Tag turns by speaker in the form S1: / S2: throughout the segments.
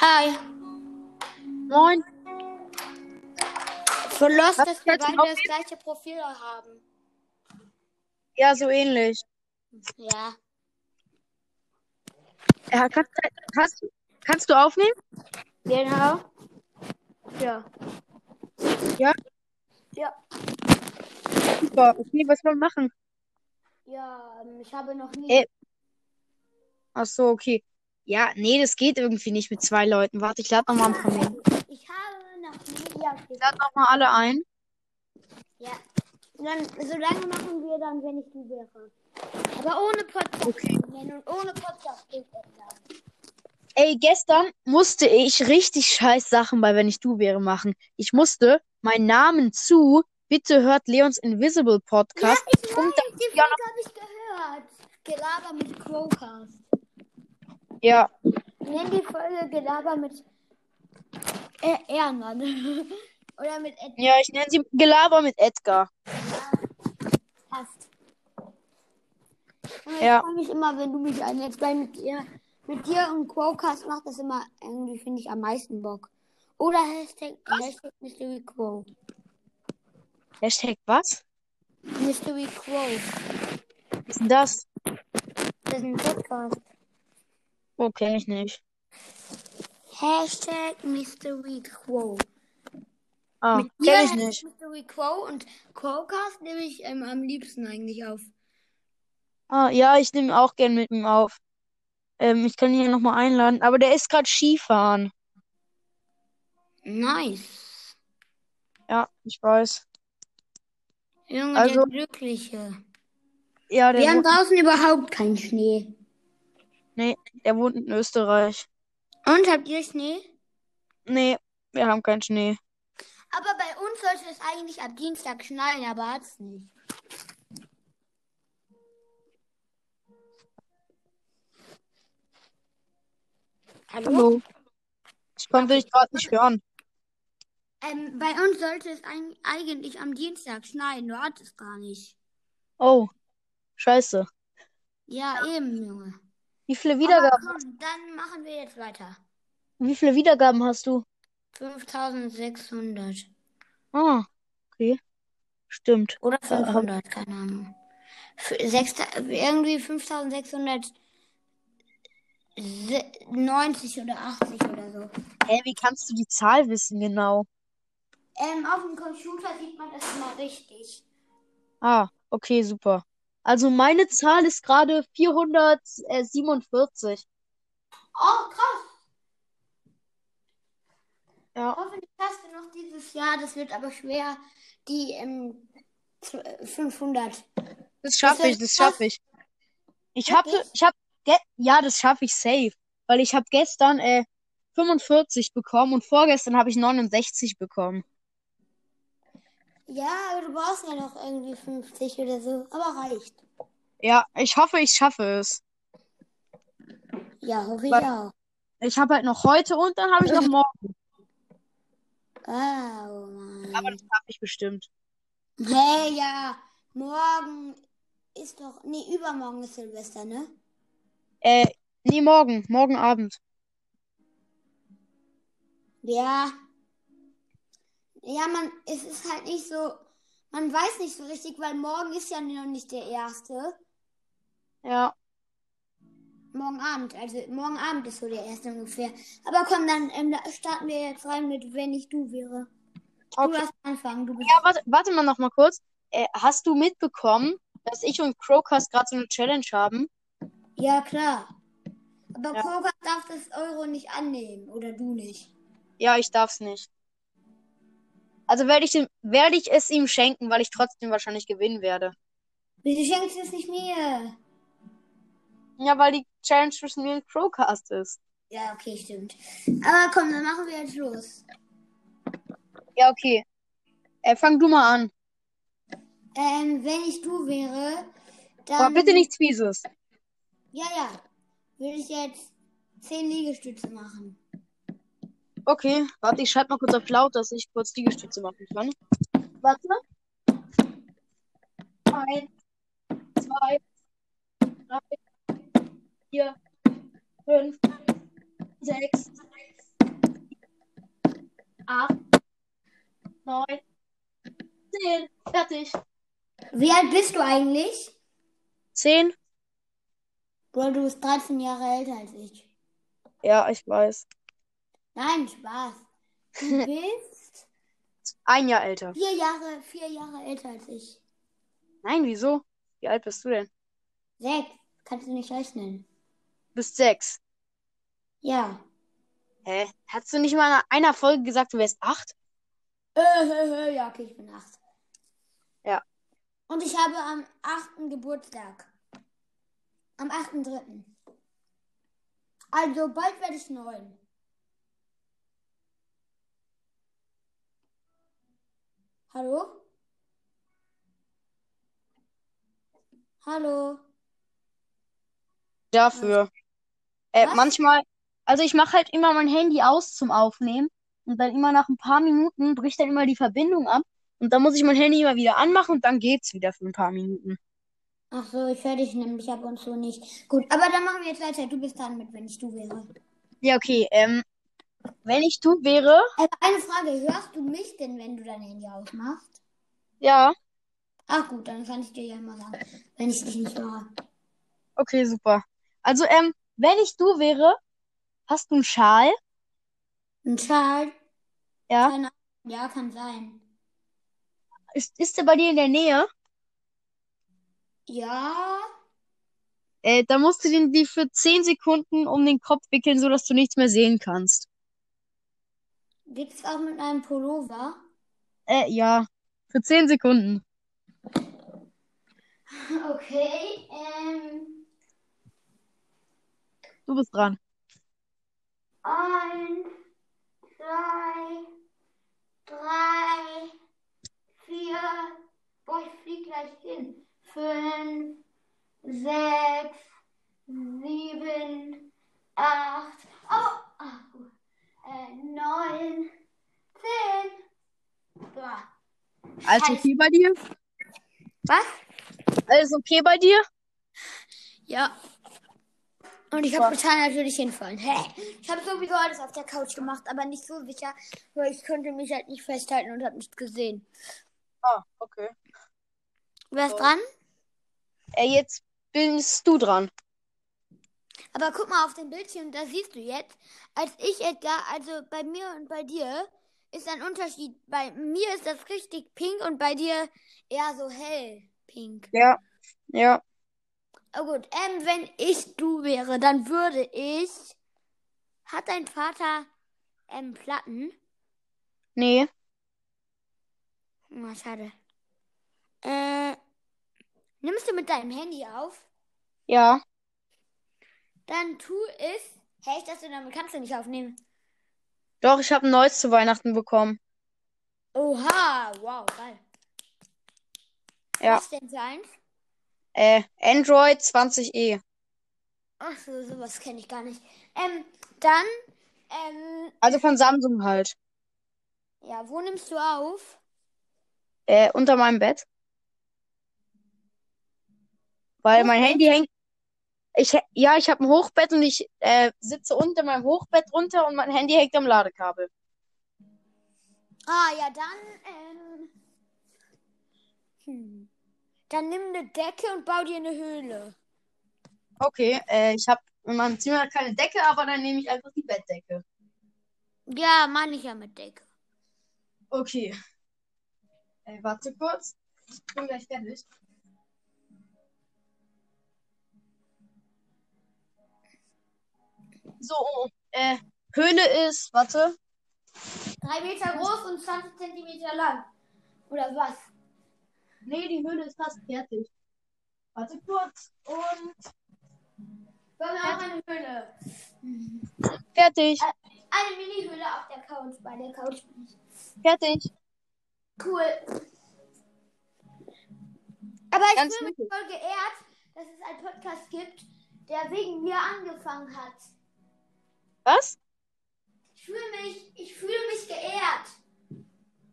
S1: Hi.
S2: Moin.
S1: Für Lost,
S2: Was
S1: dass wir
S2: willst du
S1: beide
S2: noch
S1: das gleiche Profil haben.
S2: Ja, so ähnlich.
S1: Ja.
S2: Ja, kannst, kannst, kannst du aufnehmen?
S1: Genau. Ja.
S2: Ja.
S1: Ja.
S2: Super. Okay, was wollen wir machen?
S1: Ja, ähm, ich habe noch nie.
S2: Äh. Ach so, okay. Ja, nee, das geht irgendwie nicht mit zwei Leuten. Warte, ich lade nochmal ein paar mehr.
S1: Ich habe noch nie. Ja, okay.
S2: Ich lade nochmal alle ein.
S1: ja. Und dann, so lange machen wir dann, wenn ich du wäre. Aber ohne Podcast.
S2: Okay.
S1: nennen Und ohne Podcast geht etwas.
S2: Ey, gestern musste ich richtig scheiß Sachen bei Wenn ich du wäre machen. Ich musste meinen Namen zu Bitte hört Leons Invisible
S1: Ja,
S2: Podcast.
S1: ich
S2: Und
S1: weiß, die Folge
S2: ja
S1: habe ich gehört. Gelaber mit Crowcast.
S2: Ja,
S1: Nenn die Folge Gelaber mit äh, Ehrenmann. Oder mit Ed
S2: ja, ich nenne sie Gelaber mit Edgar.
S1: passt. Und
S2: Ja.
S1: Ich freue mich immer, wenn du mich einlädst, weil mit dir, mit dir und Quocast macht das immer irgendwie, finde ich, am meisten Bock. Oder Hashtag, Hashtag Mystery Quo.
S2: Hashtag was?
S1: Mystery Quo.
S2: Was ist denn das?
S1: Das ist ein Podcast.
S2: Oh, kenn ich nicht.
S1: Hashtag Mystery Quo.
S2: Ah,
S1: Mit dir
S2: kenn ich
S1: Hashtag
S2: nicht.
S1: Mystery Quo und Quocast nehme ich ähm, am liebsten eigentlich auf.
S2: Ah, ja, ich nehme auch gern mit ihm auf. Ähm, ich kann ihn ja nochmal einladen, aber der ist gerade Skifahren.
S1: Nice.
S2: Ja, ich weiß.
S1: Junge,
S2: Also-
S1: der Glückliche.
S2: Ja, der,
S1: Wir haben
S2: wohnt,
S1: draußen überhaupt keinen Schnee.
S2: nee, der wohnt in Österreich.
S1: Und habt ihr Schnee?
S2: Nee, wir haben keinen Schnee.
S1: Aber bei uns sollte es eigentlich ab Dienstag schneien, aber hat's nicht. Hallo?
S2: Hallo. Ich konnte dich gerade nicht hören.
S1: Ähm, bei uns sollte es ein, eigentlich am Dienstag schneien, nur hat es gar nicht.
S2: Oh, scheiße.
S1: Ja, eben, Junge.
S2: Wie viele
S1: Aber
S2: Wiedergaben,
S1: komm, dann machen wir jetzt weiter.
S2: wie viele Wiedergaben hast du?
S1: 5600.
S2: Ah, okay. Stimmt.
S1: Oder
S2: Äh, hab-
S1: 500, keine Ahnung. F- sechs- irgendwie 5690 oder 80 oder so.
S2: Hä, wie kannst du die Zahl wissen genau?
S1: Ähm, auf dem Computer sieht man das immer richtig.
S2: Ah, okay, super. Also meine Zahl ist gerade 447.
S1: Oh, krass.
S2: Ja.
S1: Hoffentlich hast du noch dieses Jahr. Das wird aber schwer. Die ähm, zw- äh, 500.
S2: Das
S1: Das
S2: schaffe ich,
S1: wird
S2: das
S1: krass.
S2: schaffe ich. Ich
S1: Wirklich?
S2: hatte, ich habe, ja, das schaffe ich safe, weil ich habe gestern äh, 45 bekommen und vorgestern habe ich 69 bekommen.
S1: Ja, aber du brauchst ja noch irgendwie 50 oder so. Aber reicht.
S2: Ja, ich hoffe, ich schaffe es.
S1: Ja, hoffe ich
S2: Was?
S1: auch.
S2: Ich habe halt noch heute und dann habe ich noch morgen.
S1: Oh,
S2: Aber
S1: Mann.
S2: das schaffe ich bestimmt.
S1: Hey, ja. Morgen ist doch. Nee, übermorgen ist Silvester, ne?
S2: Äh, nee, morgen, morgen Abend.
S1: Ja. Ja, man, es ist halt nicht so. Man weiß nicht so richtig, weil morgen ist ja noch nicht der erste.
S2: Ja,
S1: Morgen Abend, also morgen Abend ist so der erste ungefähr. Aber komm, dann ähm, da starten wir jetzt rein mit, wenn ich du wäre. Du
S2: okay.
S1: darfst anfangen, du bist.
S2: Ja, warte, warte mal noch mal kurz. Äh, hast du mitbekommen, dass ich und Crowcast gerade so eine Challenge haben?
S1: Ja, klar. Aber
S2: Ja.
S1: Koga darf das Euro nicht annehmen, oder du nicht.
S2: Ja, ich darf's nicht. Also werde ich, ihm- werde ich es ihm schenken, weil ich trotzdem wahrscheinlich gewinnen werde.
S1: Wieso schenkst du es nicht mir?
S2: Ja, weil die Challenge zwischen mir und Crowcast ist.
S1: Ja, okay, stimmt. Aber komm, dann machen wir jetzt los.
S2: Ja, okay. Äh, fang du mal an.
S1: Ähm, wenn ich du wäre,
S2: Aber
S1: dann.
S2: bitte nichts Fieses.
S1: Ja, ja. Würde ich jetzt 10 Liegestütze machen.
S2: Okay, warte, ich schalte mal kurz auf laut, dass ich kurz Liegestütze machen kann. Warte. Eins, zwei, drei, vier, fünf, sechs,
S3: acht, neun, zehn. Fertig.
S1: Wie alt bist du eigentlich?
S2: 10?
S1: Bro, du bist 13 Jahre älter als ich.
S2: Ja, ich weiß.
S1: Nein, Spaß. Du bist
S2: Ein Jahr älter.
S1: vier Jahre, vier Jahre älter als ich.
S2: Nein, wieso? Wie alt bist du denn?
S1: Sechs. Kannst du nicht rechnen?
S2: Bist sechs.
S1: Ja.
S2: Hä? Hast du nicht mal in einer Folge gesagt, du wärst acht?
S1: Äh, äh, äh, ja, okay, ich bin acht.
S2: Ja.
S1: Und ich habe am 8. Geburtstag. Am 8.3. Also bald werde ich neun. Hallo? Hallo?
S2: Dafür. Äh,
S1: Was?
S2: manchmal, also ich mache halt immer mein Handy aus zum Aufnehmen und dann immer nach ein paar Minuten bricht dann immer die Verbindung ab und dann muss ich mein Handy immer wieder anmachen und dann geht's wieder für ein paar Minuten.
S1: Ach so, ich höre dich nämlich ab und zu nicht. Gut, aber dann machen wir jetzt weiter. Du bist dran mit, wenn ich du wäre.
S2: Ja, okay, ähm, wenn ich du wäre,
S1: Aber Äh, eine Frage, hörst du mich denn, wenn du dein Handy ausmachst?
S2: ja,
S1: Ach gut, dann kann ich dir ja immer sagen, wenn ich dich nicht höre.
S2: okay, super. Also, ähm, wenn ich du wäre, hast du einen Schal?
S1: Ein Schal?
S2: Ja.
S1: Keine Ahnung. Ja, kann sein.
S2: Ist, ist der bei dir in der Nähe?
S1: Ja,
S2: Äh, dann musst du den die für 10 Sekunden um den Kopf wickeln, sodass du nichts mehr sehen kannst.
S1: geht's auch mit einem Pullover?
S2: Äh, ja. Für 10 Sekunden.
S1: Okay, ähm,
S2: Du bist dran.
S1: eins, zwei, drei, vier, boah, ich flieg gleich hin. Fünf, sechs, sieben, acht, oh, ach, gut. äh, neun, zehn. Boah.
S2: Alles
S1: Scheiße.
S2: okay bei dir?
S1: Was?
S2: Alles okay bei dir?
S1: Ja. Und ich habe total natürlich hinfallen. Hä? Ich habe sowieso alles auf der Couch gemacht, aber nicht so sicher, weil ich konnte mich halt nicht festhalten und habe nichts gesehen.
S2: Ah, okay.
S1: Wer ist dran?
S2: Äh, jetzt bist du dran.
S1: Aber guck mal auf den Bildschirm, da siehst du jetzt, als ich Edgar, also bei mir und bei dir, ist ein Unterschied. Bei mir ist das richtig pink und bei dir eher so hell pink.
S2: Ja. Ja.
S1: Oh gut, ähm, wenn ich du wäre, dann würde ich. Hat dein Vater ähm, Platten?
S2: Nee.
S1: Hm, Na, schade. Äh, nimmst du mit deinem Handy auf?
S2: Ja.
S1: Dann tu es. Hä, ich dachte, damit kannst du nicht aufnehmen.
S2: Doch, ich habe ein neues zu Weihnachten bekommen.
S1: Oha, wow, geil.
S2: Ja.
S1: Was denn für eins?
S2: Äh, Android E. 20e.
S1: Ach so, sowas kenne ich gar nicht. Ähm, dann, ähm,
S2: Also von Samsung halt.
S1: ja, wo nimmst du auf?
S2: Äh, unter meinem Bett. Weil mein Handy hängt. Ich, hä- ja, ich habe ein Hochbett und ich äh, sitze unter meinem Hochbett runter und mein Handy hängt am Ladekabel.
S1: Ah, ja, dann, ähm, hm. Dann nimm eine Decke und bau dir eine Höhle.
S2: Okay, äh, ich habe in meinem Zimmer keine Decke, aber dann nehme ich einfach die Bettdecke.
S1: Ja, meine ich ja mit Decke.
S2: Okay. Äh, warte kurz. Ich bin gleich fertig. So, oh, äh, Höhle ist, warte,
S1: Drei Meter groß und 20 Zentimeter lang. Oder was?
S2: Nee, die Höhle ist fast fertig. Warte kurz und
S1: Wollen wir auch eine Höhle?
S2: fertig,
S1: Eine Mini-Höhle auf der Couch, bei der Couch.
S2: fertig.
S1: Cool. Aber ich
S2: Ganz
S1: bin mich voll geehrt, dass es einen Podcast gibt, der wegen mir angefangen hat.
S2: Was?
S1: Ich fühle mich, ich fühle mich geehrt,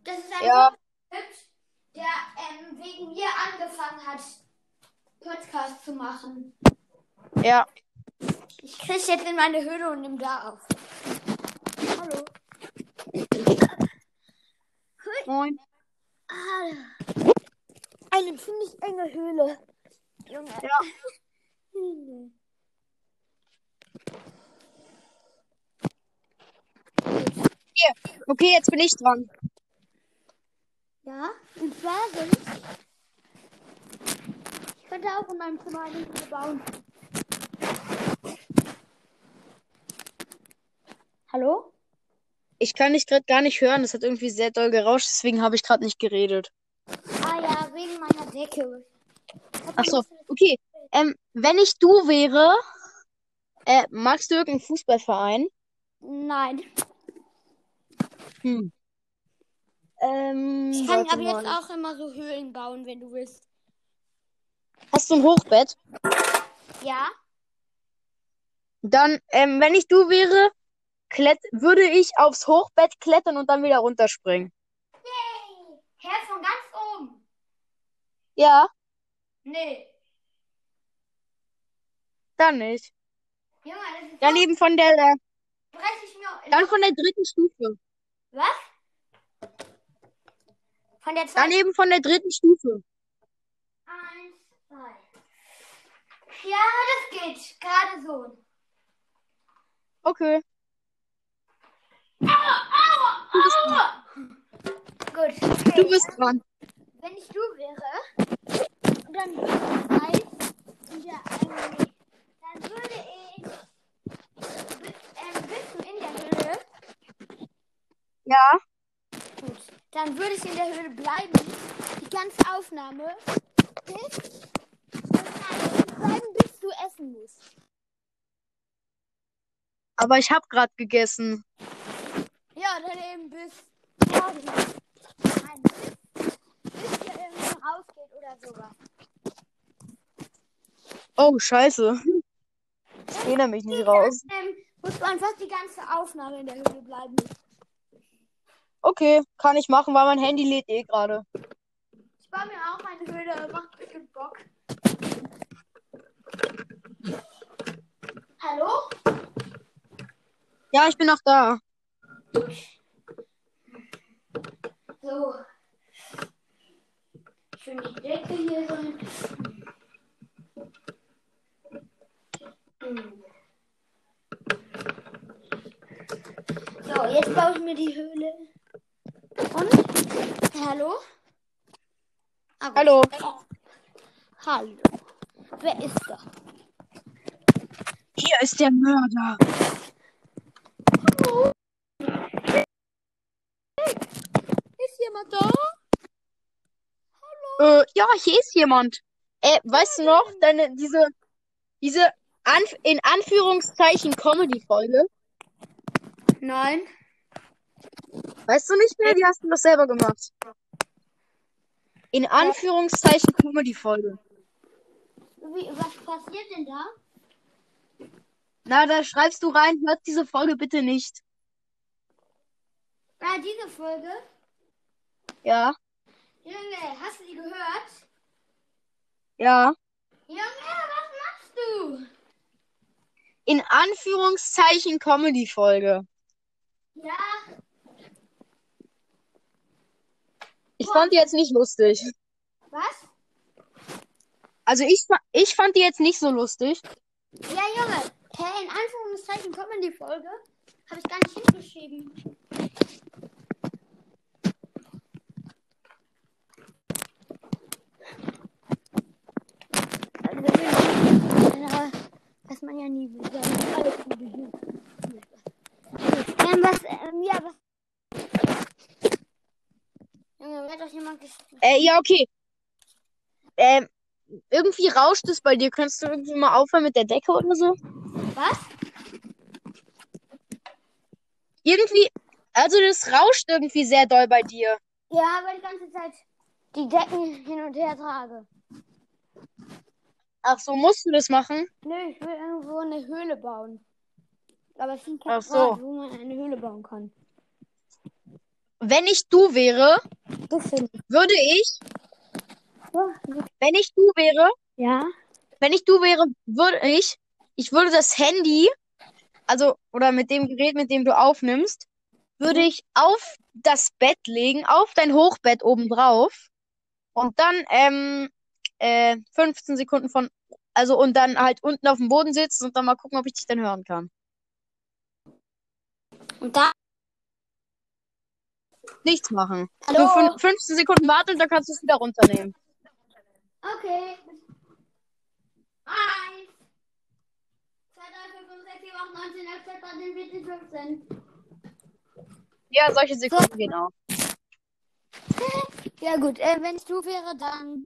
S1: dass es einen
S2: Ja.
S1: Podcast gibt, der ähm, wegen mir angefangen hat, Podcast zu machen.
S2: Ja,
S1: Ich krieg jetzt in meine Höhle und nimm da auf. Hallo.
S2: Moin.
S1: Ah, eine ziemlich enge Höhle. Junge.
S2: Ja.
S1: Hm.
S2: Okay, jetzt bin ich dran.
S1: Ja, und zwar sind. Ich könnte auch in meinem Zimmer eine Höhle bauen. Hallo?
S2: Ich kann dich gerade gar nicht hören. Es hat irgendwie sehr doll gerauscht, deswegen habe ich gerade nicht geredet.
S1: Ah ja, wegen meiner Decke.
S2: Ach so, okay. Ähm, wenn ich du wäre, äh, magst du irgendeinen Fußballverein?
S1: Nein.
S2: Hm. Ähm,
S1: Ich kann
S2: warte
S1: aber jetzt
S2: mal.
S1: auch immer so Höhlen bauen, wenn du willst.
S2: Hast du ein Hochbett?
S1: Ja?
S2: Dann, ähm, wenn ich du wäre, klett würde ich aufs Hochbett klettern und dann wieder runterspringen.
S1: Herr von ganz oben.
S2: Ja,
S1: Nee.
S2: dann nicht.
S1: Junge, das ist
S2: Dann eben von der, äh,
S1: breche ich mir.
S2: dann von der dritten Stufe.
S1: Was? Von der
S2: Dann
S1: zweiten.
S2: eben von der dritten Stufe.
S1: Eins, zwei. Ja, das geht. Gerade so.
S2: Okay.
S1: Gut.
S2: Du
S1: Okay.
S2: bist dran.
S1: Wenn ich du wäre, und dann weiß wieder ein Nee. Dann würde ich bi- ähm, bist du in der Höhle.
S2: Ja.
S1: Gut. Dann würde ich in der Höhle bleiben. Die ganze Aufnahme. Bis, bleiben, bis du essen musst.
S2: Aber ich habe gerade gegessen.
S1: Ja, dann eben bis morgen. Nein, bis, bis ihr irgendwie rausgeht oder sowas.
S2: Oh, scheiße. Ich erinnere mich nicht raus.
S1: Ähm, musst du einfach die ganze Aufnahme in der Höhle bleiben.
S2: Okay, kann ich machen, weil mein Handy lädt eh gerade.
S1: Ich baue mir auch eine Höhle, macht bestimmt Bock. Hallo?
S2: Ja, ich bin noch da.
S1: So. Schön die Decke hier rein. Hm. So, jetzt baue ich mir die Höhle. Und? Hallo? Ah, gut.
S2: Hallo.
S1: Hallo. Wer ist da?
S2: Hier ist der Mörder.
S1: Ist jemand da?
S2: Äh, ja, hier ist jemand. Äh, weißt du noch, deine, diese, diese Anf in Anführungszeichen Comedy-Folge?
S1: Nein.
S2: Weißt du nicht mehr? Die hast du doch selber gemacht. In Anführungszeichen Comedy-Folge.
S1: Wie, was passiert denn da?
S2: Na, da schreibst du rein, hört diese Folge bitte nicht.
S1: Ah, diese Folge.
S2: Ja,
S1: Junge, hast du die gehört?
S2: ja.
S1: Junge, was machst du?
S2: In Anführungszeichen Comedy-Folge.
S1: Ja,
S2: Ich fand die jetzt nicht lustig.
S1: was?
S2: Also ich, fa- ich fand die jetzt nicht so lustig.
S1: Ja, Junge. Hä, in Anführungszeichen kommt in die Folge. Habe ich gar nicht hingeschrieben. Also, wenn man- aber Was man ja nie will. Ja, alles Gute. Ähm, was, ähm, ja, was. Junge, mir hat doch jemand geschrieben.
S2: Äh, ja, okay. Ähm, irgendwie rauscht es bei dir. Könntest du irgendwie mal aufhören mit der Decke oder so?
S1: Was?
S2: Irgendwie, also das rauscht irgendwie sehr doll bei dir.
S1: Ja, weil die ganze Zeit die Decken hin und her trage.
S2: Ach so, musst du das machen?
S1: Nö, ich will irgendwo eine Höhle bauen. Aber es sind
S2: Ach
S1: keine
S2: so.
S1: Orte, wo man eine Höhle bauen kann.
S2: Wenn ich du wäre,
S1: Das finde ich.
S2: würde ich,
S1: so.
S2: wenn ich du wäre,
S1: Ja?
S2: wenn ich du wäre, würde ich, ich würde das Handy, also, oder mit dem Gerät, mit dem du aufnimmst, würde ich auf das Bett legen, auf dein Hochbett obendrauf. Und dann, ähm, äh, 15 Sekunden von, also und dann halt unten auf dem Boden sitzen und dann mal gucken, ob ich dich dann hören kann.
S1: Und da.
S2: Nichts machen.
S1: Hallo?
S2: Nur fün- 15 Sekunden warten und dann kannst du es wieder runternehmen.
S1: Okay. Eins. Zwei, drei, vier, fünf, sechs, sieben, acht, neun, zehn, elf, zwölf, dreizehn, vierzehn, fünfzehn.
S2: Ja, solche Sekunden genau.
S1: Ja gut, äh, wenn ich du wäre, dann...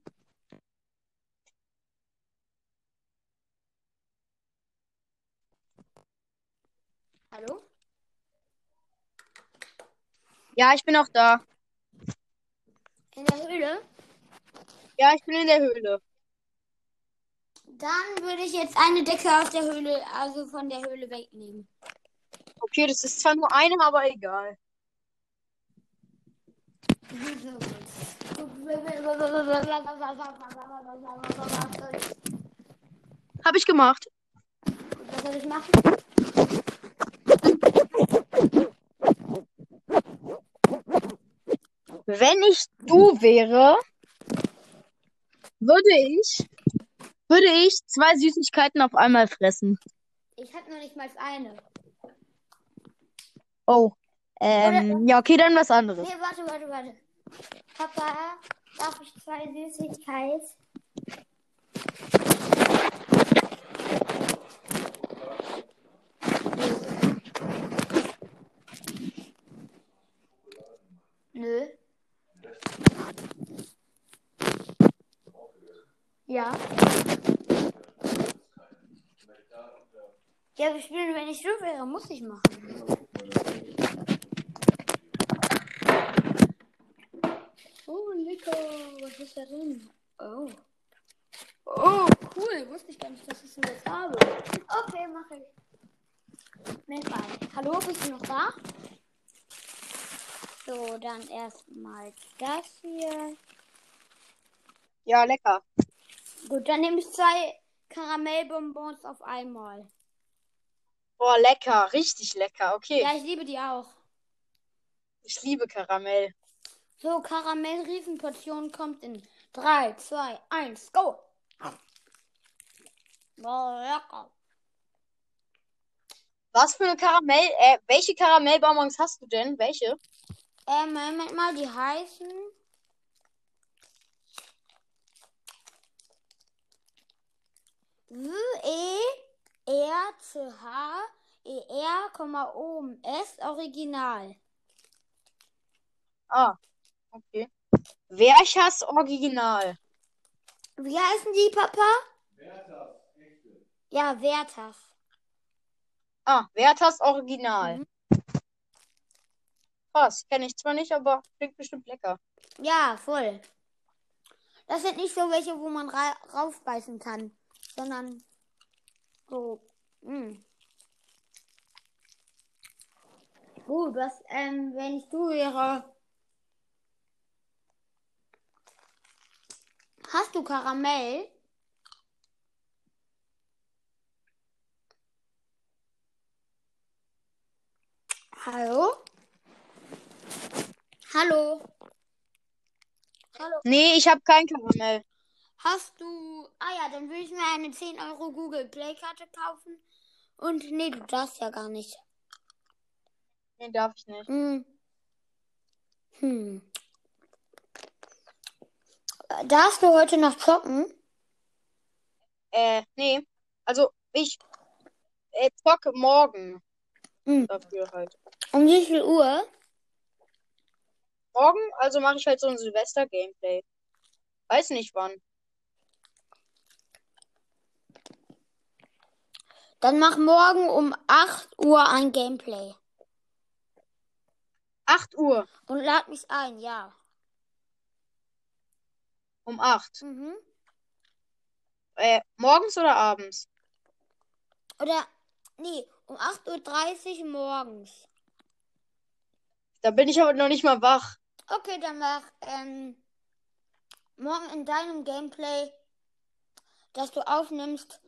S1: Hallo?
S2: Ja, ich bin auch da.
S1: In der Höhle?
S2: Ja, ich bin in der Höhle.
S1: Dann würde ich jetzt eine Decke aus der Höhle, also von der Höhle wegnehmen.
S2: Okay, das ist zwar nur eine, aber egal.
S1: Was
S2: Habe ich gemacht.
S1: soll ich machen?
S2: Wenn ich du wäre, würde ich, würde ich zwei Süßigkeiten auf einmal fressen.
S1: Ich habe noch nicht mal eine.
S2: Oh. Ähm, ja, okay, dann was anderes.
S1: Nee, warte, warte, warte. Papa, darf ich zwei Süßigkeiten? Nö. Ja. Ja, aber ich bin, wenn ich so wäre, muss ich machen. Oh, lecker. Was ist da drin? Oh. Oh, cool. Wusste ich gar nicht, dass ich sowas habe. Okay, mache ich. Mensch, Mann. hallo, bist du noch da? So, dann erstmal das hier.
S2: Ja, lecker.
S1: Gut, dann nehme ich zwei Karamellbonbons auf einmal.
S2: Boah, lecker, richtig lecker. Okay,
S1: Ja, ich liebe die auch.
S2: ich liebe Karamell.
S1: So, Karamell-Riesenportion kommt in 3, 2, 1, go! Boah, lecker.
S2: Was für eine Karamell, äh, welche Karamellbonbons hast du denn? Welche?
S1: Ähm, Moment mal, die heißen. W, E, R, C, H, E, R, Komma, O, M, S, Original.
S2: Ah, okay. Werchers Original.
S1: Wie heißen die, Papa? Werthas, Ja, Werthas.
S2: Ah, Werthers Original. Krass, kenne ich zwar nicht, aber klingt bestimmt lecker.
S1: Ja, voll. Das sind nicht so welche, wo man ra raufbeißen kann, sondern so. hm. Mh. Gut, was, ähm, wenn ich du wäre. Hast du Karamell? Hallo? Hallo? Hallo?
S2: Nee, ich habe kein Karamell.
S1: Hast du. Ah ja, dann will ich mir eine 10 Euro Google Play-Karte kaufen. Und nee, du darfst ja gar nicht.
S2: Nee, darf ich nicht.
S1: Hm. Hm. Äh, Darfst du heute noch zocken?
S2: Äh, nee. Also, ich äh, zocke morgen
S1: Mhm.
S2: dafür halt.
S1: Um wie viel Uhr?
S2: Morgen, also mache ich halt so ein Silvester-Gameplay. Weiß nicht wann.
S1: Dann mach morgen um 8 Uhr ein Gameplay.
S2: 8 Uhr.
S1: Und lad mich ein, ja.
S2: Um 8.
S1: Mhm.
S2: Äh, morgens oder abends?
S1: Oder, nee, um 8.30 Uhr morgens.
S2: Da bin ich aber noch nicht mal wach.
S1: Okay, dann mach ähm, morgen in deinem Gameplay, das du aufnimmst,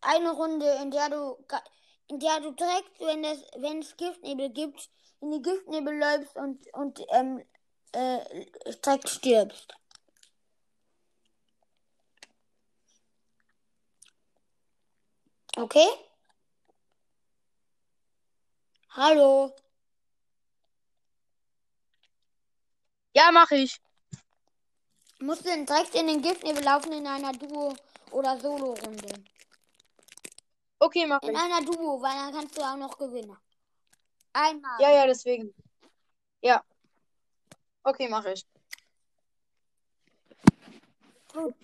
S1: eine Runde, in der du ga- in der du direkt, wenn es, wenn es Giftnebel gibt, in die Giftnebel läufst und, und ähm, äh, direkt stirbst. Okay? Hallo?
S2: Ja, mache ich.
S1: Musst du denn direkt in den Giftnebel laufen in einer Duo- oder Solo-Runde?
S2: Okay, mache
S1: In
S2: ich.
S1: einer Duo, weil dann kannst du auch noch gewinnen. Einmal.
S2: Ja, ja, deswegen. Ja. Okay, mache ich.
S1: Gut.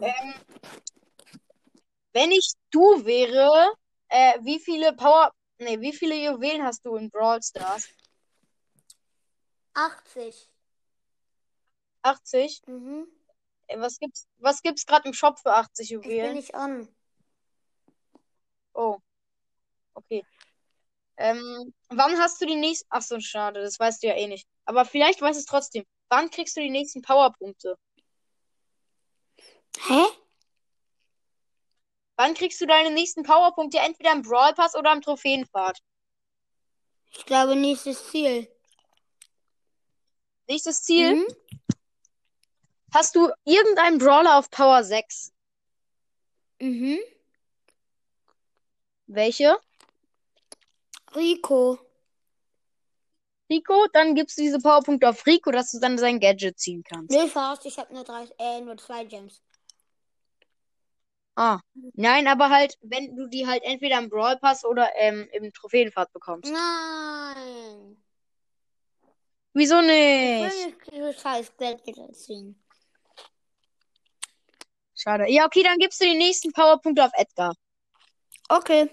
S2: Ähm, wenn ich du wäre, äh, wie viele Power. Nee, wie viele Juwelen hast du in Brawl Stars?
S1: 80.
S2: 80?
S1: Mhm.
S2: Äh, was gibt's, was gibt's gerade im Shop für 80
S1: Ich bin
S2: Juwelen?
S1: nicht on.
S2: Oh. Okay. Ähm, wann hast du die nächsten. Ach so, schade, das weißt du ja eh nicht. Aber vielleicht weißt du es trotzdem. Wann kriegst du die nächsten Powerpunkte?
S1: Hä?
S2: Wann kriegst du deine nächsten Powerpunkte? Entweder im Brawl Pass oder im Trophäenpfad.
S1: Ich glaube, nächstes Ziel.
S2: Nächstes Ziel.
S1: Mhm.
S2: Hast du irgendeinen Brawler auf Power 6?
S1: mhm.
S2: Welche?
S1: Rico.
S2: Rico, dann gibst du diese Powerpunkte auf Rico, dass du dann sein Gadget ziehen kannst.
S1: Nö, voraus, ich habe nur drei, äh, nur zwei Gems.
S2: Ah. Nein, aber halt, wenn du die halt entweder im Brawl Pass oder ähm, im Trophäenpfad bekommst.
S1: Nein.
S2: Wieso
S1: Ich
S2: nicht?
S1: will nicht dieses scheiß Geld wieder ziehen.
S2: Schade. Ja, okay, dann gibst du die nächsten Powerpunkte auf Edgar.
S1: Okay.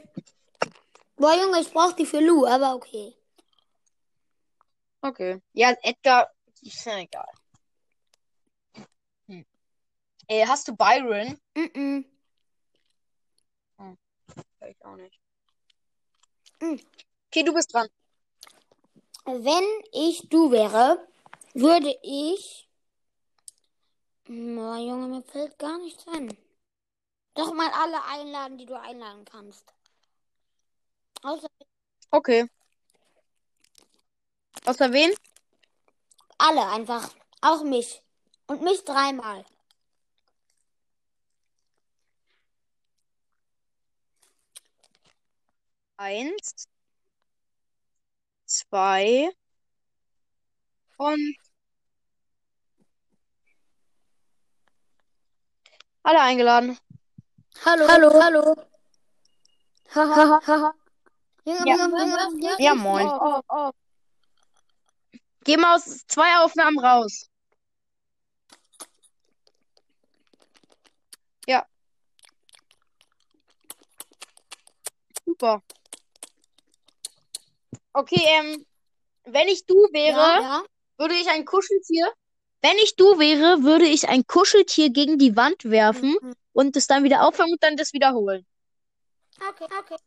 S1: Boah, Junge, ich brauch die für Lou, aber okay.
S2: Okay. Ja, Edgar. Ist ja egal. Hm. Äh, hast du Byron?
S1: Mhm.
S2: Ich auch nicht.
S1: Hm.
S2: Okay, du bist dran.
S1: Wenn ich du wäre, würde ich. Boah, Junge, mir fällt gar nichts ein. Doch mal alle einladen, die du einladen kannst. Außer
S2: Okay. Außer wen?
S1: alle einfach. Auch mich. Und mich dreimal.
S2: Eins, zwei und alle eingeladen.
S1: Hallo, hallo, hallo. Haha, haha. Junge,
S2: Ja.
S1: Junge, Junge, Junge.
S2: Ja, moin. Geh mal aus zwei Aufnahmen raus. Ja. Super. Okay, ähm, wenn ich du wäre,
S1: Ja, ja.
S2: würde ich ein Kuscheltier. Wenn ich du wäre, würde ich ein Kuscheltier gegen die Wand werfen
S1: Mhm.
S2: und es dann wieder auffangen und dann das wiederholen.
S1: Okay, okay.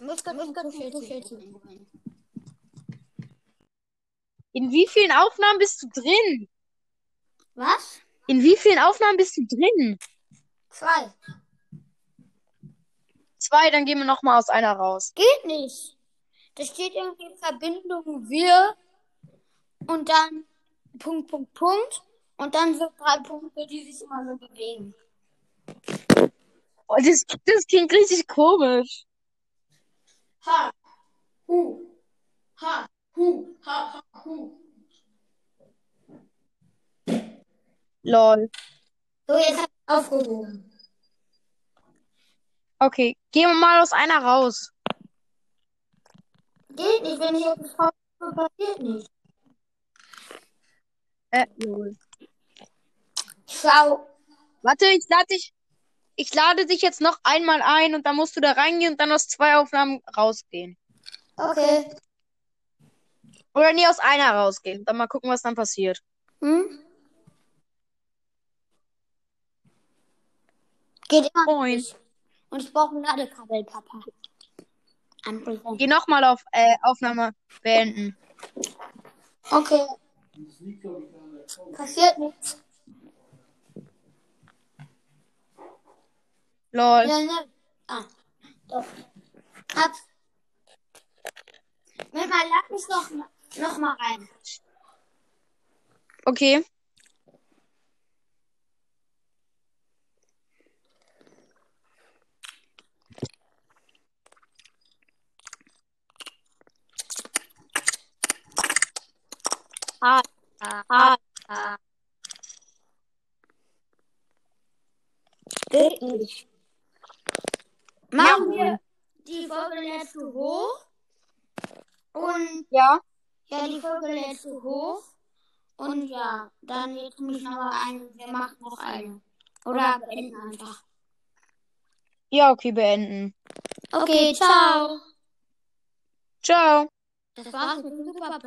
S1: Muskeln, Muskeln, Muskeln.
S2: In wie vielen Aufnahmen bist du drin?
S1: Was?
S2: In wie vielen Aufnahmen bist du drin?
S1: Zwei.
S2: Zwei, dann gehen wir nochmal aus einer raus.
S1: Geht nicht. Da steht irgendwie Verbindung wir und dann Punkt, Punkt, Punkt. Und dann so drei Punkte, die sich immer so bewegen.
S2: Oh, das, das klingt richtig komisch.
S1: Ha, hu, ha, hu, ha, ha, hu.
S2: Lol.
S1: So, jetzt hab ich aufgehoben.
S2: Okay, gehen wir mal aus einer raus.
S1: Geht nicht, wenn ich auf die Frau passiert nicht.
S2: Äh, lol.
S1: Ciao.
S2: Warte, ich lade dich. Ich lade dich jetzt noch einmal ein und dann musst du da reingehen und dann aus zwei Aufnahmen rausgehen.
S1: Okay.
S2: Oder nie aus einer rausgehen. Dann mal gucken, was dann passiert.
S1: Hm? Geht immer
S2: Moin.
S1: nicht. Und ich brauche ein Ladekabel, Papa. Ein Present.
S2: Geh nochmal auf äh, Aufnahme beenden.
S1: Okay. Passiert nichts.
S2: Lol.
S1: Ja, ne. Ah, doch. Hab's. Moment mal, lag mich noch, mal- noch mal rein.
S2: Okay.
S3: Ah,
S1: Geht nicht. Machen
S2: Ja,
S1: wir die Folge jetzt zu hoch. Und
S2: Ja.
S1: ja, die Folge jetzt zu hoch. Und ja, dann jetzt muss ich noch mal eine. Wir machen noch eine. Oder beenden einfach.
S2: Ja, okay, beenden.
S1: Okay, ciao.
S2: Ciao.
S1: Das war's mit dem Super